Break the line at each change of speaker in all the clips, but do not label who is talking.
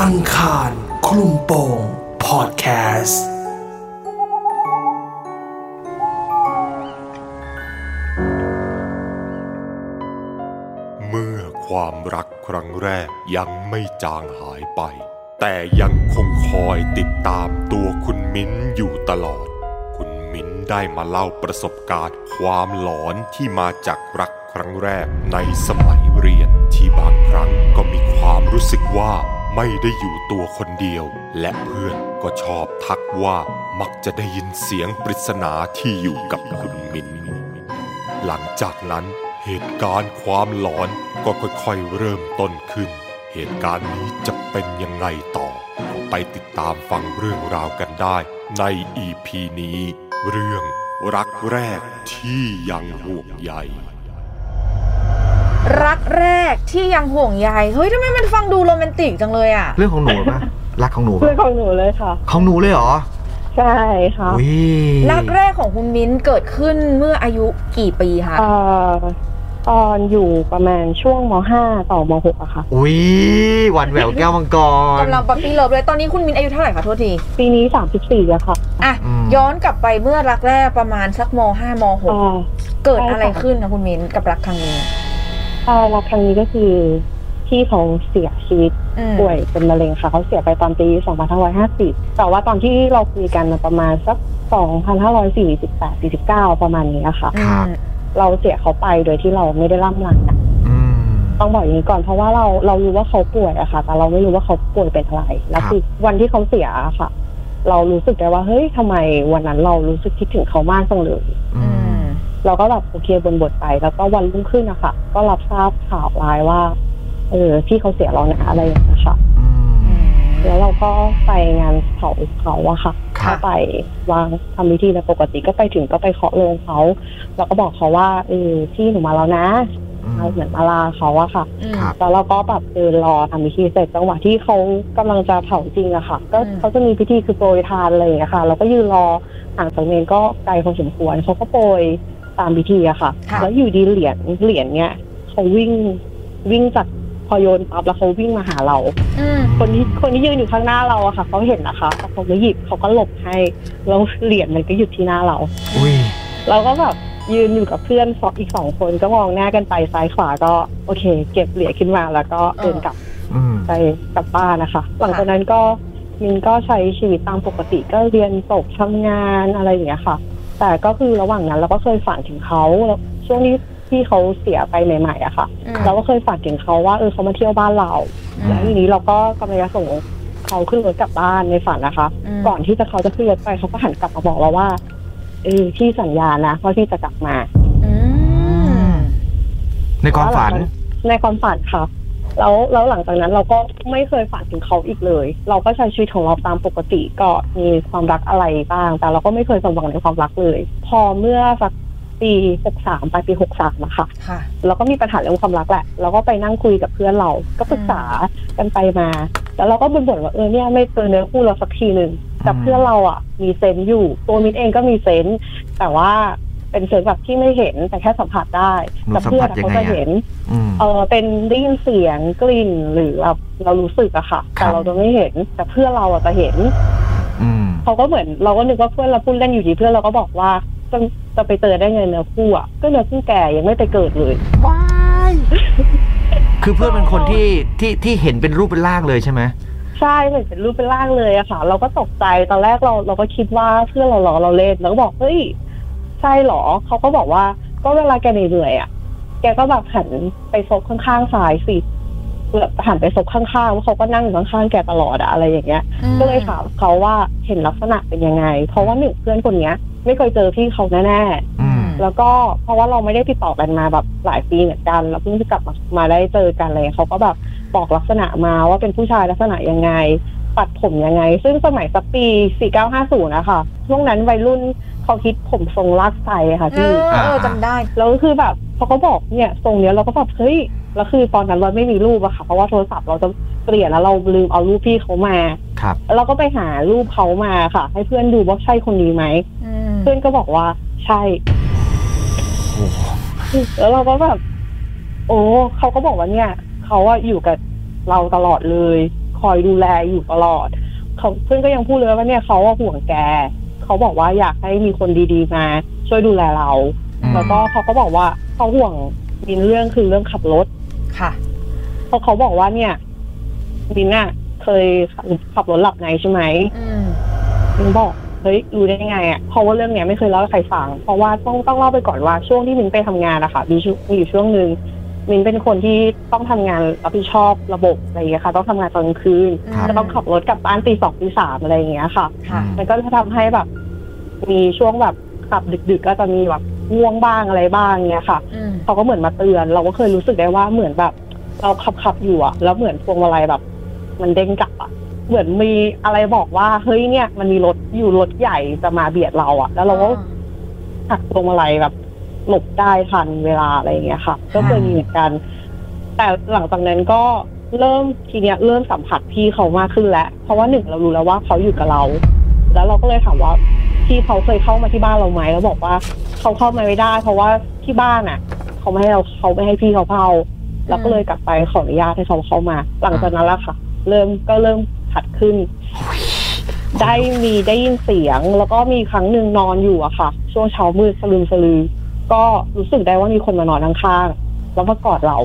อังคารคลุมโปงพอดแคสต์
เมื่อความรักครั้งแรกยังไม่จางหายไป แต่ยังคงคอยติดตามตัวคุณมิ้นอยู่ตลอด คุณมิ้นได้มาเล่าประสบการณ์ ความหลอนที่มาจากรักครั้งแรกในสมัยเรียน ที่บางครั้งก็มีความรู้สึกว่าไม่ได้อยู่ตัวคนเดียว และเพื่อนก็ชอบทักว่ามักจะได้ยินเสียงปริศนาที่อยู่กับคุณมิ้น หลังจากนั้นเหตุการณ์ความหลอนก็ค่อยๆเริ่มต้นขึ้น เหตุการณ์นี้จะเป็นยังไงต่อ ไปติดตามฟังเรื่องราวกันได้ ใน EP นี้ เรื่องรักแรกที่ยังห่วงใย
รักแรกที่ยังห่วงใยเฮ้ยทำไมมันฟังดูโรแมนติกจังเลยอ่ะ
เรื่องของหนูป่ะ รักของหนู
เพื่
ปะ
อนของหนูเลยค่ะ
ของหนูเลยเหรอ
ใช่ค่ะ
อุ้ย
รักแรกของคุณมิ้นเกิดขึ้นเมื่ออายุกี่ปีคะ
เอ่อตอนอยู่ประมาณช่วงม .5 ต่อม .6 อะค่ะ
อุ้ยหวานแหววแก้วมังกร
กำลังปั๊ปปี้เลิฟเลยตอนนี้คุณมิ้นอายุเท่าไหร่คะโทษที
ปีนี้ 34แล้วค่ะ
อ่ะ
อืม
ย้อนกลับไปเมื่อรักแรกประมาณสักมห้ามหก
เอ่อ
เกิดอะไรขึ้นนะคุณมิ้นกับรักครั้งนี้
เอ่อรักครั้งนี้ก็คือพี่เขาเสียชีวิต
อืม
ป่วยเป็นมะเร็งค่ะ เขาเสียไปตอนปี 2550 แต่ว่าตอนที่เราคุยกันน่ะประมาณสัก 2548 49 ประมาณนี้อะค่ะ
อื
ครับ
ม
เราเสียเขาไปโดยที่เราไม่ได้ร่ำลากัน
อืม
ต้องบอกอย่างนี้ก่อนเพราะว่าเราเรารู้ว่าเขาป่วยอะค่ะ แต่เราไม่รู้ว่าเขาป่วยเป็นอะไร แล้ว
ครับ
คือวันที่เขาเสียอะค่ะ เรารู้สึกได้ว่าเฮ้ยทำไมวันนั้นเรารู้สึกคิดถึงเขามากจังเลย
อื
อื
ม
ม
เราก็แบบโอเคบนบทไป แล้วก็วันรุ่งขึ้นนะคะก็รับทราบข่าวร้ายว่าเออพี่เขาเสียเรานะอะไรอย่างเงี้ยค่ะ
อืม
แล้วเราก็ไปงานเผาเขาอะค่ะ
ครับ
ก็ไปวางทำพิธีแล้วปกติก็ไปถึงก็ไปเคาะโลงเขาเราก็บอกเขาว่าเออพี่หนูมาแล้วนะ
อืม
เราเหมือนมาลาเขาอะค่ะ
อืม
ครับ
แล้วเราก็แบบเดินรอทำพิธีเสร็จจังหวะที่เขากำลังจะเผาจริงอะค่ะ ก็
อืม
เขาจะมีพิธีคือโปรยทานอะไรอย่างเงี้ยค่ะ เราก็ยืนรอห่างจากเมนก็ไกลพอสมควรเขาก็โปรยตามพิธีอะค่ะ
ค่ะ
แล้วอยู่ดีเหรียญเหรียญเนี้ยเขาวิ่งวิ่งจากพอโยนปั๊บแล้วเขาวิ่งมาหาเรา
อืม
คนที่คนที่ยืนอยู่ข้างหน้าเราอะค่ะเขาเห็นนะคะแต่เขาไม่หยิบเขาก็หลบให้แล้วเหรียญมันก็หยุดที่หน้าเรา
อุ้ย
เราก็แบบยืนอยู่กับเพื่อนสองอีกสองคนก็มองหน้ากันไปซ้ายขวาก็โอเค เก็บเหรียญขึ้นมาแล้วก็เดินกลับ
อืม
ไปกลับบ้านนะคะ หลังจากนั้นก็มินก็ใช้ชีวิตตามปกติก็เรียนจบทำงานอะไรอย่างเงี้ยค่ะ แต่ก็คือระหว่างนั้นเราก็เคยฝันถึงเขาแล้วช่วงที่ที่เขาเสียไปใหม่ๆอะค่ะ
อืม
เราก็เคยฝันถึงเขาว่าเออเขามาเที่ยวบ้านเรา แล้วทีนี้เราก็กำลังจะส่งเขาขึ้นรถกลับบ้านในฝันนะคะ
อืม
ก่อนที่จะเขาจะขึ้นรถไปเขาก็หันกลับมาบอกเราว่าเออพี่สัญญานะว่าพี่จะกลับมา
อืม
ในความฝัน
ในความฝันค่ะแล้วแล้วหลังจากนั้นเราก็ไม่เคยฝันถึงเขาอีกเลย เราก็ใช้ชีวิตของเราตามปกติก็มีความรักอะไรบ้าง แต่เราก็ไม่เคยสมหวังในความรักเลย พอเมื่อสักปีหกสามปลายปีหกสามนะคะ
ค่ะ
เราก็มีปัญหาเรื่องความรักแหละ เราก็ไปนั่งคุยกับเพื่อนเรา ก็ปรึกษากันไปมา แล้วเราก็บ่นบ่นๆว่าเออเนี่ยไม่เจอเนื้อคู่เราสักทีหนึ่งแต่
อืม
เพื่อนเราอ่ะ มีเซนส์อยู่ ตัวมินเองก็มีเซนส์แต่ว่าเป็นเซนส์แบบที่ไม่เห็นแต่แค่สัมผัสได้
หนู
แต่
สัม
เพื่อ
ผั
น
ส
อะ
ยัง
เขา
ไง
จะ
อ่ะ
เห็น
อืม
เออเป็นได้ยินเสียงกลิ่นหรือแบบเรารู้สึกอะค่ะ
ครั
แต่
บ
เราจะไม่เห็น แต่เพื่อนเราอะจะเห็น
อืม
เขาก็เหมือนเราก็นึกว่าเพื่อนเราพูดเล่นอยู่ดีเพื่อนเราก็บอกว่าจะจะไปเจอได้ไงเนื้อคู่อะก็เนื้อคู่แก่ยังไม่ไปเกิดเลย
คือเพื่อนเป็นคนที่ที่ที่เห็นเป็นรูปเป็นร่างเลยใช่ไหม
ใช่เห็นเป็นรูปเป็นร่างเลยอะค่ะ เราก็ตกใจตอนแรกเราเราก็คิดว่าเพื่อนเราหลอกเราเล่นแล้วก็บอกเฮ้ยใช่เหรอเขาก็บอกว่าก็เวลาแกเหนื่อยๆอะแกก็แบบหันไปซบข้างๆซ้ายสิแบบหันไปซบข้างๆว่าเขาก็นั่งอยู่ข้างๆแกตลอดอะอะไรอย่างเงี้ย ก็เลยถามเขาว่าเห็นลักษณะเป็นยังไง เพราะว่าหนึ่งเพื่อนคนเนี้ย ไม่เคยเจอพี่เขาแน่
อืม
ๆแล้วก็เพราะว่าเราไม่ได้ติดต่อกันมาแบบหลายปีเหมือนกันแล้วเพิ่งจะกลับมามาได้เจอกันอะไรเลยเขาก็แบบบอกลักษณะมาว่าเป็นผู้ชายลักษณะยังไงตัดผมยังไง ซึ่งสมัยสักปี 4950นะคะช่วงนั้นวัยรุ่นเขาคิดผมทรงลากไซค่ะ
เอ
พี่
อเออจำได้
แล้วก็คือแบบพอเขาบอกเนี่ยทรงเนี้ยเราก็แบบเฮ้ยแล้วคือตอนนั้นเราไม่มีรูปอะค่ะ เพราะว่าโทรศัพท์เราจะเปลี่ยนแล้วเราลืมเอารูปพี่เขามา
ครับ
เราก็ไปหารูปเขามาค่ะ ให้เพื่อนดูว่าใช่คนนี้ไหม
อืม
เพื่อนก็บอกว่าใช่
โอ้โห
แล้วเราก็แบบโอ้เขาก็บอกว่าเนี่ยเขาว่าอยู่กับเราตลอดเลย ค คอยดูแลอยู่ตลอดเขาเพื่อนก็ยังพูดเลยว่าเนี่ยเขาว่าห่วงแกเขาบอกว่าอยากให้มีคนดีๆมา ช่วยดูแลเรา
อืม
แล้วก็เขาก็บอกว่าเขาห่วงมินเรื่องคือเรื่องขับรถ
ค่ะ
เพราะเขาบอกว่าเนี่ยมินน่ะเคยขับรถหลับในใช่ไหม
อืม
มินบอกเฮ้ยรู้ได้ยังไงอ่ะเพราะว่าเรื่องเนี้ยไม่เคยเล่าให้ใครฟัง เพราะว่าต้องต้องเล่าไปก่อนว่าช่วงที่มินไปทำงานนะคะมีช่วงมีอยู่ช่วงหนึ่งมินเป็นคนที่ต้องทำงานรับผิดชอบระบบอะไรอย่างเงี้ยค่ะ ต้องทำงานตอนกลางคืน
ครับ
จะต้องขับรถกลับบ้านตีสองตีสามอะไรอย่างเงี้ยค่ะ
ค่ะ
มันก็จะทำให้แบบ มีช่วงแบบขับดึก ๆ ก็จะมีแบบง่วงบ้างอะไรบ้างเงี้ยค่ะ
อืม
เขาก็เหมือนมาเตือน เราก็เคยรู้สึกได้ว่าเหมือนแบบ เราขับขับอยู่อะแล้วเหมือนพวงมาลัยแบบ มันเด้งกลับอะเหมือนมีอะไรบอกว่าเฮ้ยเนี่ย มันมีรถอยู่รถใหญ่จะมาเบียดเราอะแล้วเราก็หักพวงมาลัยแบบ หลบได้ทันเวลาอะไรอย่างเงี้ยค่ะ ก็เคยมีเหมือนกัน แต่หลังจากนั้นก็เริ่มทีเนี้ยเริ่มสัมผัสพี่เขามากขึ้นแล้ว เพราะว่าหนึ่งเรารู้แล้วว่าเขาอยู่กับเรา แล้วเราก็เลยถามว่าพี่เขาเคยเข้ามาที่บ้านเราไหมแล้วบอกว่าเขาเข้ามาไม่ได้ เพราะว่าที่บ้านอ่ะ เขาไม่ให้เราเขาไม่ให้พี่เขาเข้าเราก็เลยกลับไปขออนุญาตให้เขาเข้ามา หลังจากนั้นละค่ะ เริ่มก็เริ่มขัดขึ้น ได้มีได้ยินเสียง แล้วก็มีครั้งหนึ่งนอนอยู่อะค่ะ ช่วงเช้ามืดสลืมสลือ ก็รู้สึกได้ว่ามีคนมานอนข้างๆแล้วมากอดเรา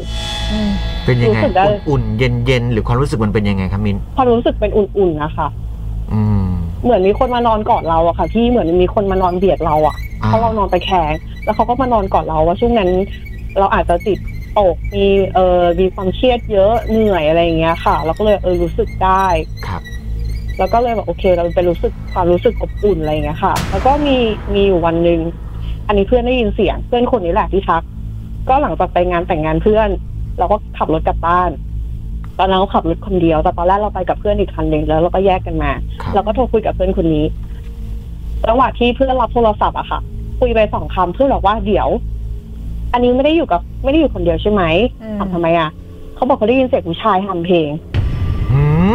อืม
เป็นยังไง
รู้สึกได้
อุ่นๆเย็นๆหรือความรู้สึกมันเป็นยังไงครับมิน
ความรู้สึกเป็นอุ่นๆนะคะ
อืม
เหมือนมีคนมานอนกอดเราอะค่ะพี่เหมือนมีคนมานอนเบียดเราอะ
อ่า
เพราะเรานอนตะแคงแล้วเขาก็มานอนกอดเราว่าช่วงนั้น เราอาจจะติดตกมีเออมีความเครียดเยอะเหนื่อยอะไรอย่างเงี้ยค่ะเราก็เลยเออรู้สึกได้
ครับ
แล้วก็เลยแบบโอเค เราเป็นรู้สึกความรู้สึกอบอุ่นอะไรอย่างเงี้ยค่ะ แล้วก็มีมีอยู่วันหนึ่งอันนี้เพื่อนได้ยินเสียง เพื่อนคนนี้แหละที่ทัก ก็หลังจากไปงานแต่งงานเพื่อน เราก็ขับรถกลับบ้าน ตอนนั้นเราขับรถคนเดียว แต่ตอนแรกเราไปกับเพื่อนอีกคันหนึ่งแล้วเราก็แยกกันมา
ครับ
เราก็โทรคุยกับเพื่อนคนนี้ระหว่างที่เพื่อนรับโทรศัพท์อะค่ะ คุยไปสองคำเพื่อนบอกว่าเดี๋ยว อันนี้ไม่ได้อยู่กับ ไม่ได้อยู่คนเดียวใช่ไหม
อืม
ถามทำไมอะเขาบอกเขาได้ยินเสียงผู้ชายทำเพลง
หืม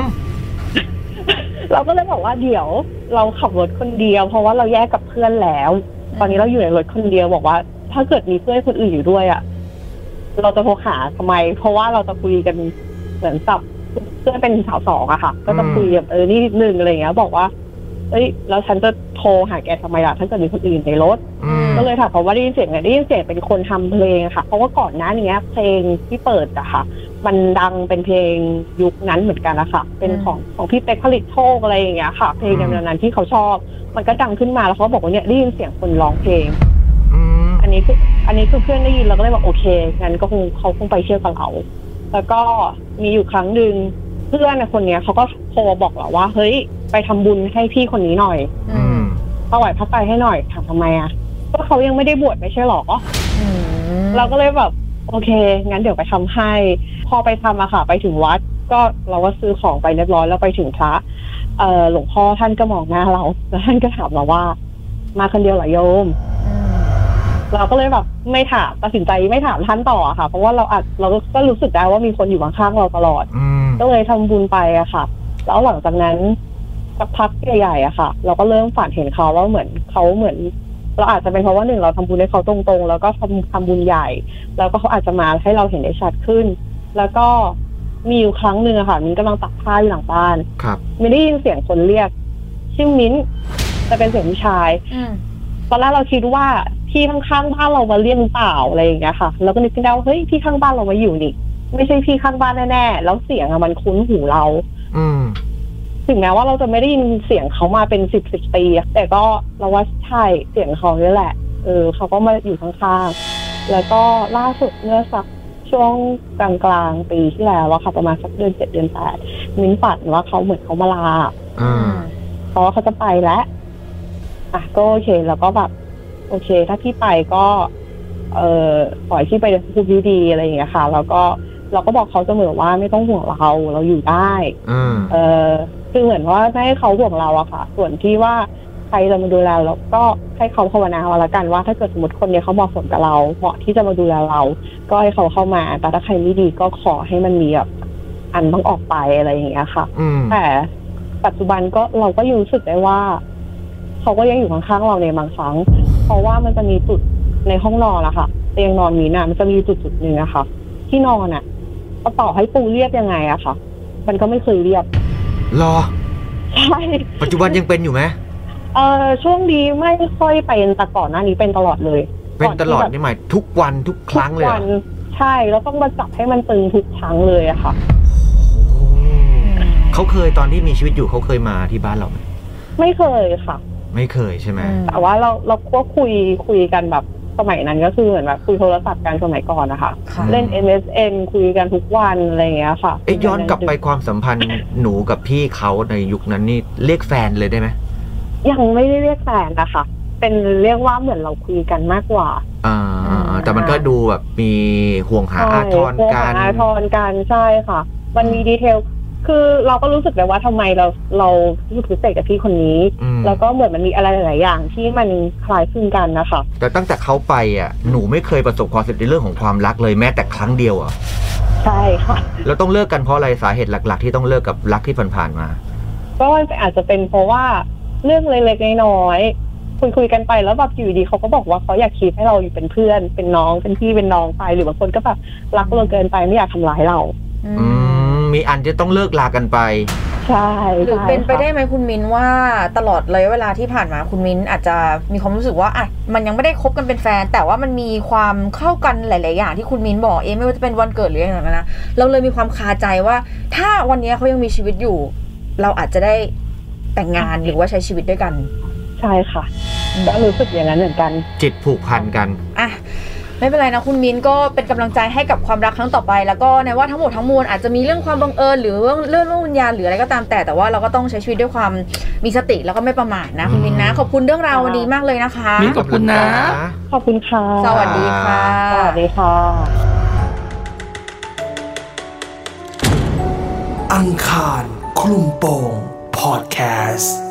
เราก็เลยบอกว่าเดี๋ยวเราขับรถคนเดียว เพราะว่าเราแยกกับเพื่อนแล้ว ตอนนี้เราอยู่ในรถคนเดียวบอกว่า ถ้าเกิดมีเพื่อนคนอื่นอยู่ด้วยอะเราจะโทรหาทำไม เพราะว่าเราจะคุยกันเหมือนสับเพื่อนเป็นสาวสองอะค่ะ ก็จะคุยแบบเออนี่นิดนึงอะไรอย่างเงี้ย บอกว่า เอ้ยแล้วฉันจะโทรหาแกทำไมล่ะถ้าเกิดมีคนอื่นในรถ
อืม
ก็เลยถามเขาว่าได้ยินเสียงไงได้ยินเสียงเป็นคนทำเพลงอะค่ะ เพราะว่าก่อนหน้านี้เพลงที่เปิดอะค่ะ มันดังเป็นเพลงยุคนั้นเหมือนกันนะคะเป็นของของพี่เป๊กผลิตโชคอะไรอย่างเงี้ยค่ะ เพลงแนวนั้นที่เขาชอบ มันก็ดังขึ้นมาแล้วเขาบอกว่าเนี่ยได้ยินเสียงคนร้องเพลง
อืม
อันนี้คืออันนี้คือเพื่อนได้ยินเราก็เลยบอกโอเคงั้นก็คงเขาคงไปเที่ยวกับเราแล้วก็มีอยู่ครั้งหนึ่งเพื่อนคนเนี้ยเขาก็โทรมาบอกเราว่า เฮ้ย ไปทำบุญให้พี่คนนี้หน่อย
อื
อื
ม
ม
ถวายพระไตรให้หน่อยถามทำไมอะก็เขายังไม่ได้บวชไม่ใช่หรอ
อืม
เราก็เลยแบบโอเค งั้นเดี๋ยวไปทำให้ พอไปทำอะค่ะ ไปถึงวัด ก็เราก็ซื้อของไปเรียบร้อยแล้วไปถึงพระเอ่อหลวงพ่อท่านก็มองหน้าเราแล้วท่านก็ถามเราว่า มาคนเดียวเหรอโย
อื
ม
ม
เราก็เลยแบบไม่ถามตัดสินใจไม่ถามท่านต่ออะค่ะ เพราะว่าเราอาจเราก็รู้สึกได้ว่ามีคนอยู่ข้างๆเราตลอด
อืม
ก็เลยทำบุญไปอะค่ะ แล้วหลังจากนั้นสักพักใหญ่ๆอะค่ะ เราก็เริ่มฝันเห็นเขาว่าเหมือนเขาเหมือน เราอาจจะเป็นเพราะว่าหนึ่งเราทำบุญให้เขาตรงๆ แล้วก็ทำทำบุญใหญ่ แล้วก็เขาอาจจะมาให้เราเห็นได้ชัดขึ้น แล้วก็มีอยู่ครั้งหนึ่งอะค่ะ มิ้นกำลังตักผ้าอยู่หลังบ้าน
ครับ
มิ้นได้ยินเสียงคนเรียก ชื่อมิ้นแต่เป็นเสียงผู้ชาย
อืม
ตอนแรกเราคิดว่าพี่ข้างๆบ้านเรามาเรียกหรือเปล่าอะไรอย่างเงี้ยค่ะ แล้วก็นึกขึ้นได้ว่าเฮ้ยพี่ข้างบ้านเรามาอยู่นี่ ไม่ใช่พี่ข้างบ้านแน่ๆแล้วเสียงอะมันคุ้นหูเรา
อืม
ถึงแม้ว่าเราจะไม่ได้ยินเสียงเขามาเป็นสิบสิบปีอะแต่ก็เราว่าใช่เสียงเขาเนี่ยแหละ เออเขาก็มาอยู่ข้างๆ แล้วก็ล่าสุดเมื่อสักช่วงกลางๆปีที่แล้วอะค่ะประมาณสักเดือนเจ็ดเดือนแปดมิ้นฝันว่าเขาเหมือนเขามาลา
อื
อืม
ม
เพราะว่าเขาจะไปแล้ว อ่ะก็โอเค แล้วก็แบบ โอเค ถ้าพี่ไปก็ เออปล่อยพี่ไปในภูมิดีๆอะไรอย่างเงี้ยค่ะ แล้วก็เราก็บอกเขาเสมอว่าไม่ต้องห่วงเราเราอยู่ได้
อืม
เออคือเหมือนว่าไม่ให้เขาห่วงเราอะค่ะ ส่วนที่ว่าใครจะมาดูแลเราก็ให้เขาภาวนาเอาละกันว่า ถ้าเกิดสมมติคนเนี้ยเขาเหมาะสมกับเราเหมาะที่จะมาดูแลเรา ก็ให้เขาเข้ามา แต่ถ้าใครไม่ดีก็ขอให้มันมีแบบอันต้องออกไปอะไรอย่างเงี้ยค่ะ
อืม
แต่ปัจจุบันก็เราก็ยังรู้สึกได้ว่า เขาก็ยังอยู่ข้างๆเราในบางครั้ง เพราะว่ามันจะมีจุดในห้องนอนอะค่ะเตียงนอนมีนะมันจะมีจุดจุดๆหนึ่งอะค่ะ ที่นอนอะกระเป๋าให้ปูเรียบยังไงอะค่ะ มันก็ไม่เคยเรียบ
รอ
ใช่
ปัจจุบันยังเป็นอยู่ไหม
เออช่วงนี้ไม่ค่อยเป็นแต่ก่อนหน้านี้เป็นตลอดเลย
เป็นตลอด
ก่นที่แบบ
นี่หมายทุกวันทุกครั้งเลย
ทุ
เห
ก
รอ
วันใช่แล้วต้องมาจับให้มันตึงทุกครั้งเลยอะค่ะ
โอ้เขาเคยตอนที่มีชีวิตอยู่เขาเคยมาที่บ้านเราไหม
ไม่เคยค่ะ
ไม่เคยใช่ไหม
อืม
แต่ว่าเราเราก็คุยคุยกันแบบสมัยนั้นก็คือเหมือนแบบคุยโทรศัพท์กันสมัยก่อนนะคะ
ค่ะ
เล่น MSN คุยกันทุกวันอะไรอย่างเงี้ยค่ะ
เอ๊ะย้อนกลับไปความสัมพันธ์หนูกับพี่เขาในยุคนั้นนี่เรียกแฟนเลยได้ไหม
ยังไม่ได้เรียกแฟนนะคะ เป็นเรียกว่าเหมือนเราคุยกันมากกว่า
อ่าแต่มันก็ดูแบบมีห่วงหาอาทร
ใช่
กัน
หาอาทรกันใช่ค่ะ มันมีดีเทล คือเราก็รู้สึกเลยว่าทำไมเราเรารู้สึกพิเศษกับพี่คนนี้
อืม
แล้วก็เหมือนมันมีอะไรหลายๆอย่างที่มันคล้ายคลึงกันนะคะ
แต่ตั้งแต่เขาไปอ่ะหนูไม่เคยประสบความสำเร็จในเรื่องของความรักเลยแม้แต่ครั้งเดียวอ่ะ
ใช่ค่ะ
เราต้องเลิกกันเพราะอะไรสาเหตุหลัก ๆ ที่ต้องเลิกกับรักที่ผ่านๆมา
ก็มันอาจจะเป็นเพราะว่าเรื่องเล็กๆน้อยๆคุยคุยๆกันไปแล้วแบบอยู่ดีเขาก็บอกว่าเขาอยากคีบให้เราอยู่เป็นเพื่อน เป็นน้องเป็นพี่เป็นน้องไปหรือบางคนก็แบบรักเราเกินไปไม่อยากทำร้ายเรา
อื
อื
ม
มมีอันจะต้องเลิกลากันไป
ใช่
หรือ
ใช่
เป็นไป
ค่ะ
ได้ไหมคุณมิ้นว่าตลอดระยะเวลาที่ผ่านมาคุณมิ้นอาจจะมีความรู้สึกว่าอ่ะมันยังไม่ได้คบกันเป็นแฟน แต่ว่ามันมีความเข้ากันหลาย ๆ อย่างที่คุณมิ้นบอกเองไม่ว่าจะเป็นวันเกิดหรืออย่างนั้นนะเราเลยมีความคาใจว่า ถ้าวันนี้เขายังมีชีวิตอยู่ เราอาจจะได้แต่งงานหรือว่าใช้ชีวิตด้วยกัน
ใช่ค่ะ
อืม
ก็รู้สึกอย่างนั้นเหมือนกัน
จิตผูกพันกัน
อ่ะไม่เป็นไรนะคุณมิ้นก็เป็นกำลังใจให้กับความรักครั้งต่อไป แล้วก็ในว่าทั้งหมดทั้งมวลอาจจะมีเรื่องความบังเอิญหรือเรื่องเรื่องวิญญาณหรืออะไรก็ตามแต่แต่ว่าเราก็ต้องใช้ชีวิตด้วยความมีสติแล้วก็ไม่ประมาทนะคุณมิ้นนะ ขอบคุณเรื่องราววันนี้มากเลยนะคะ
มิ้นขอบคุณนะ
ขอบคุณค่ะ
สวัสดีค่ะ
สวัสดีค่ะ
อังคารคลุมโปงพอดแคสต์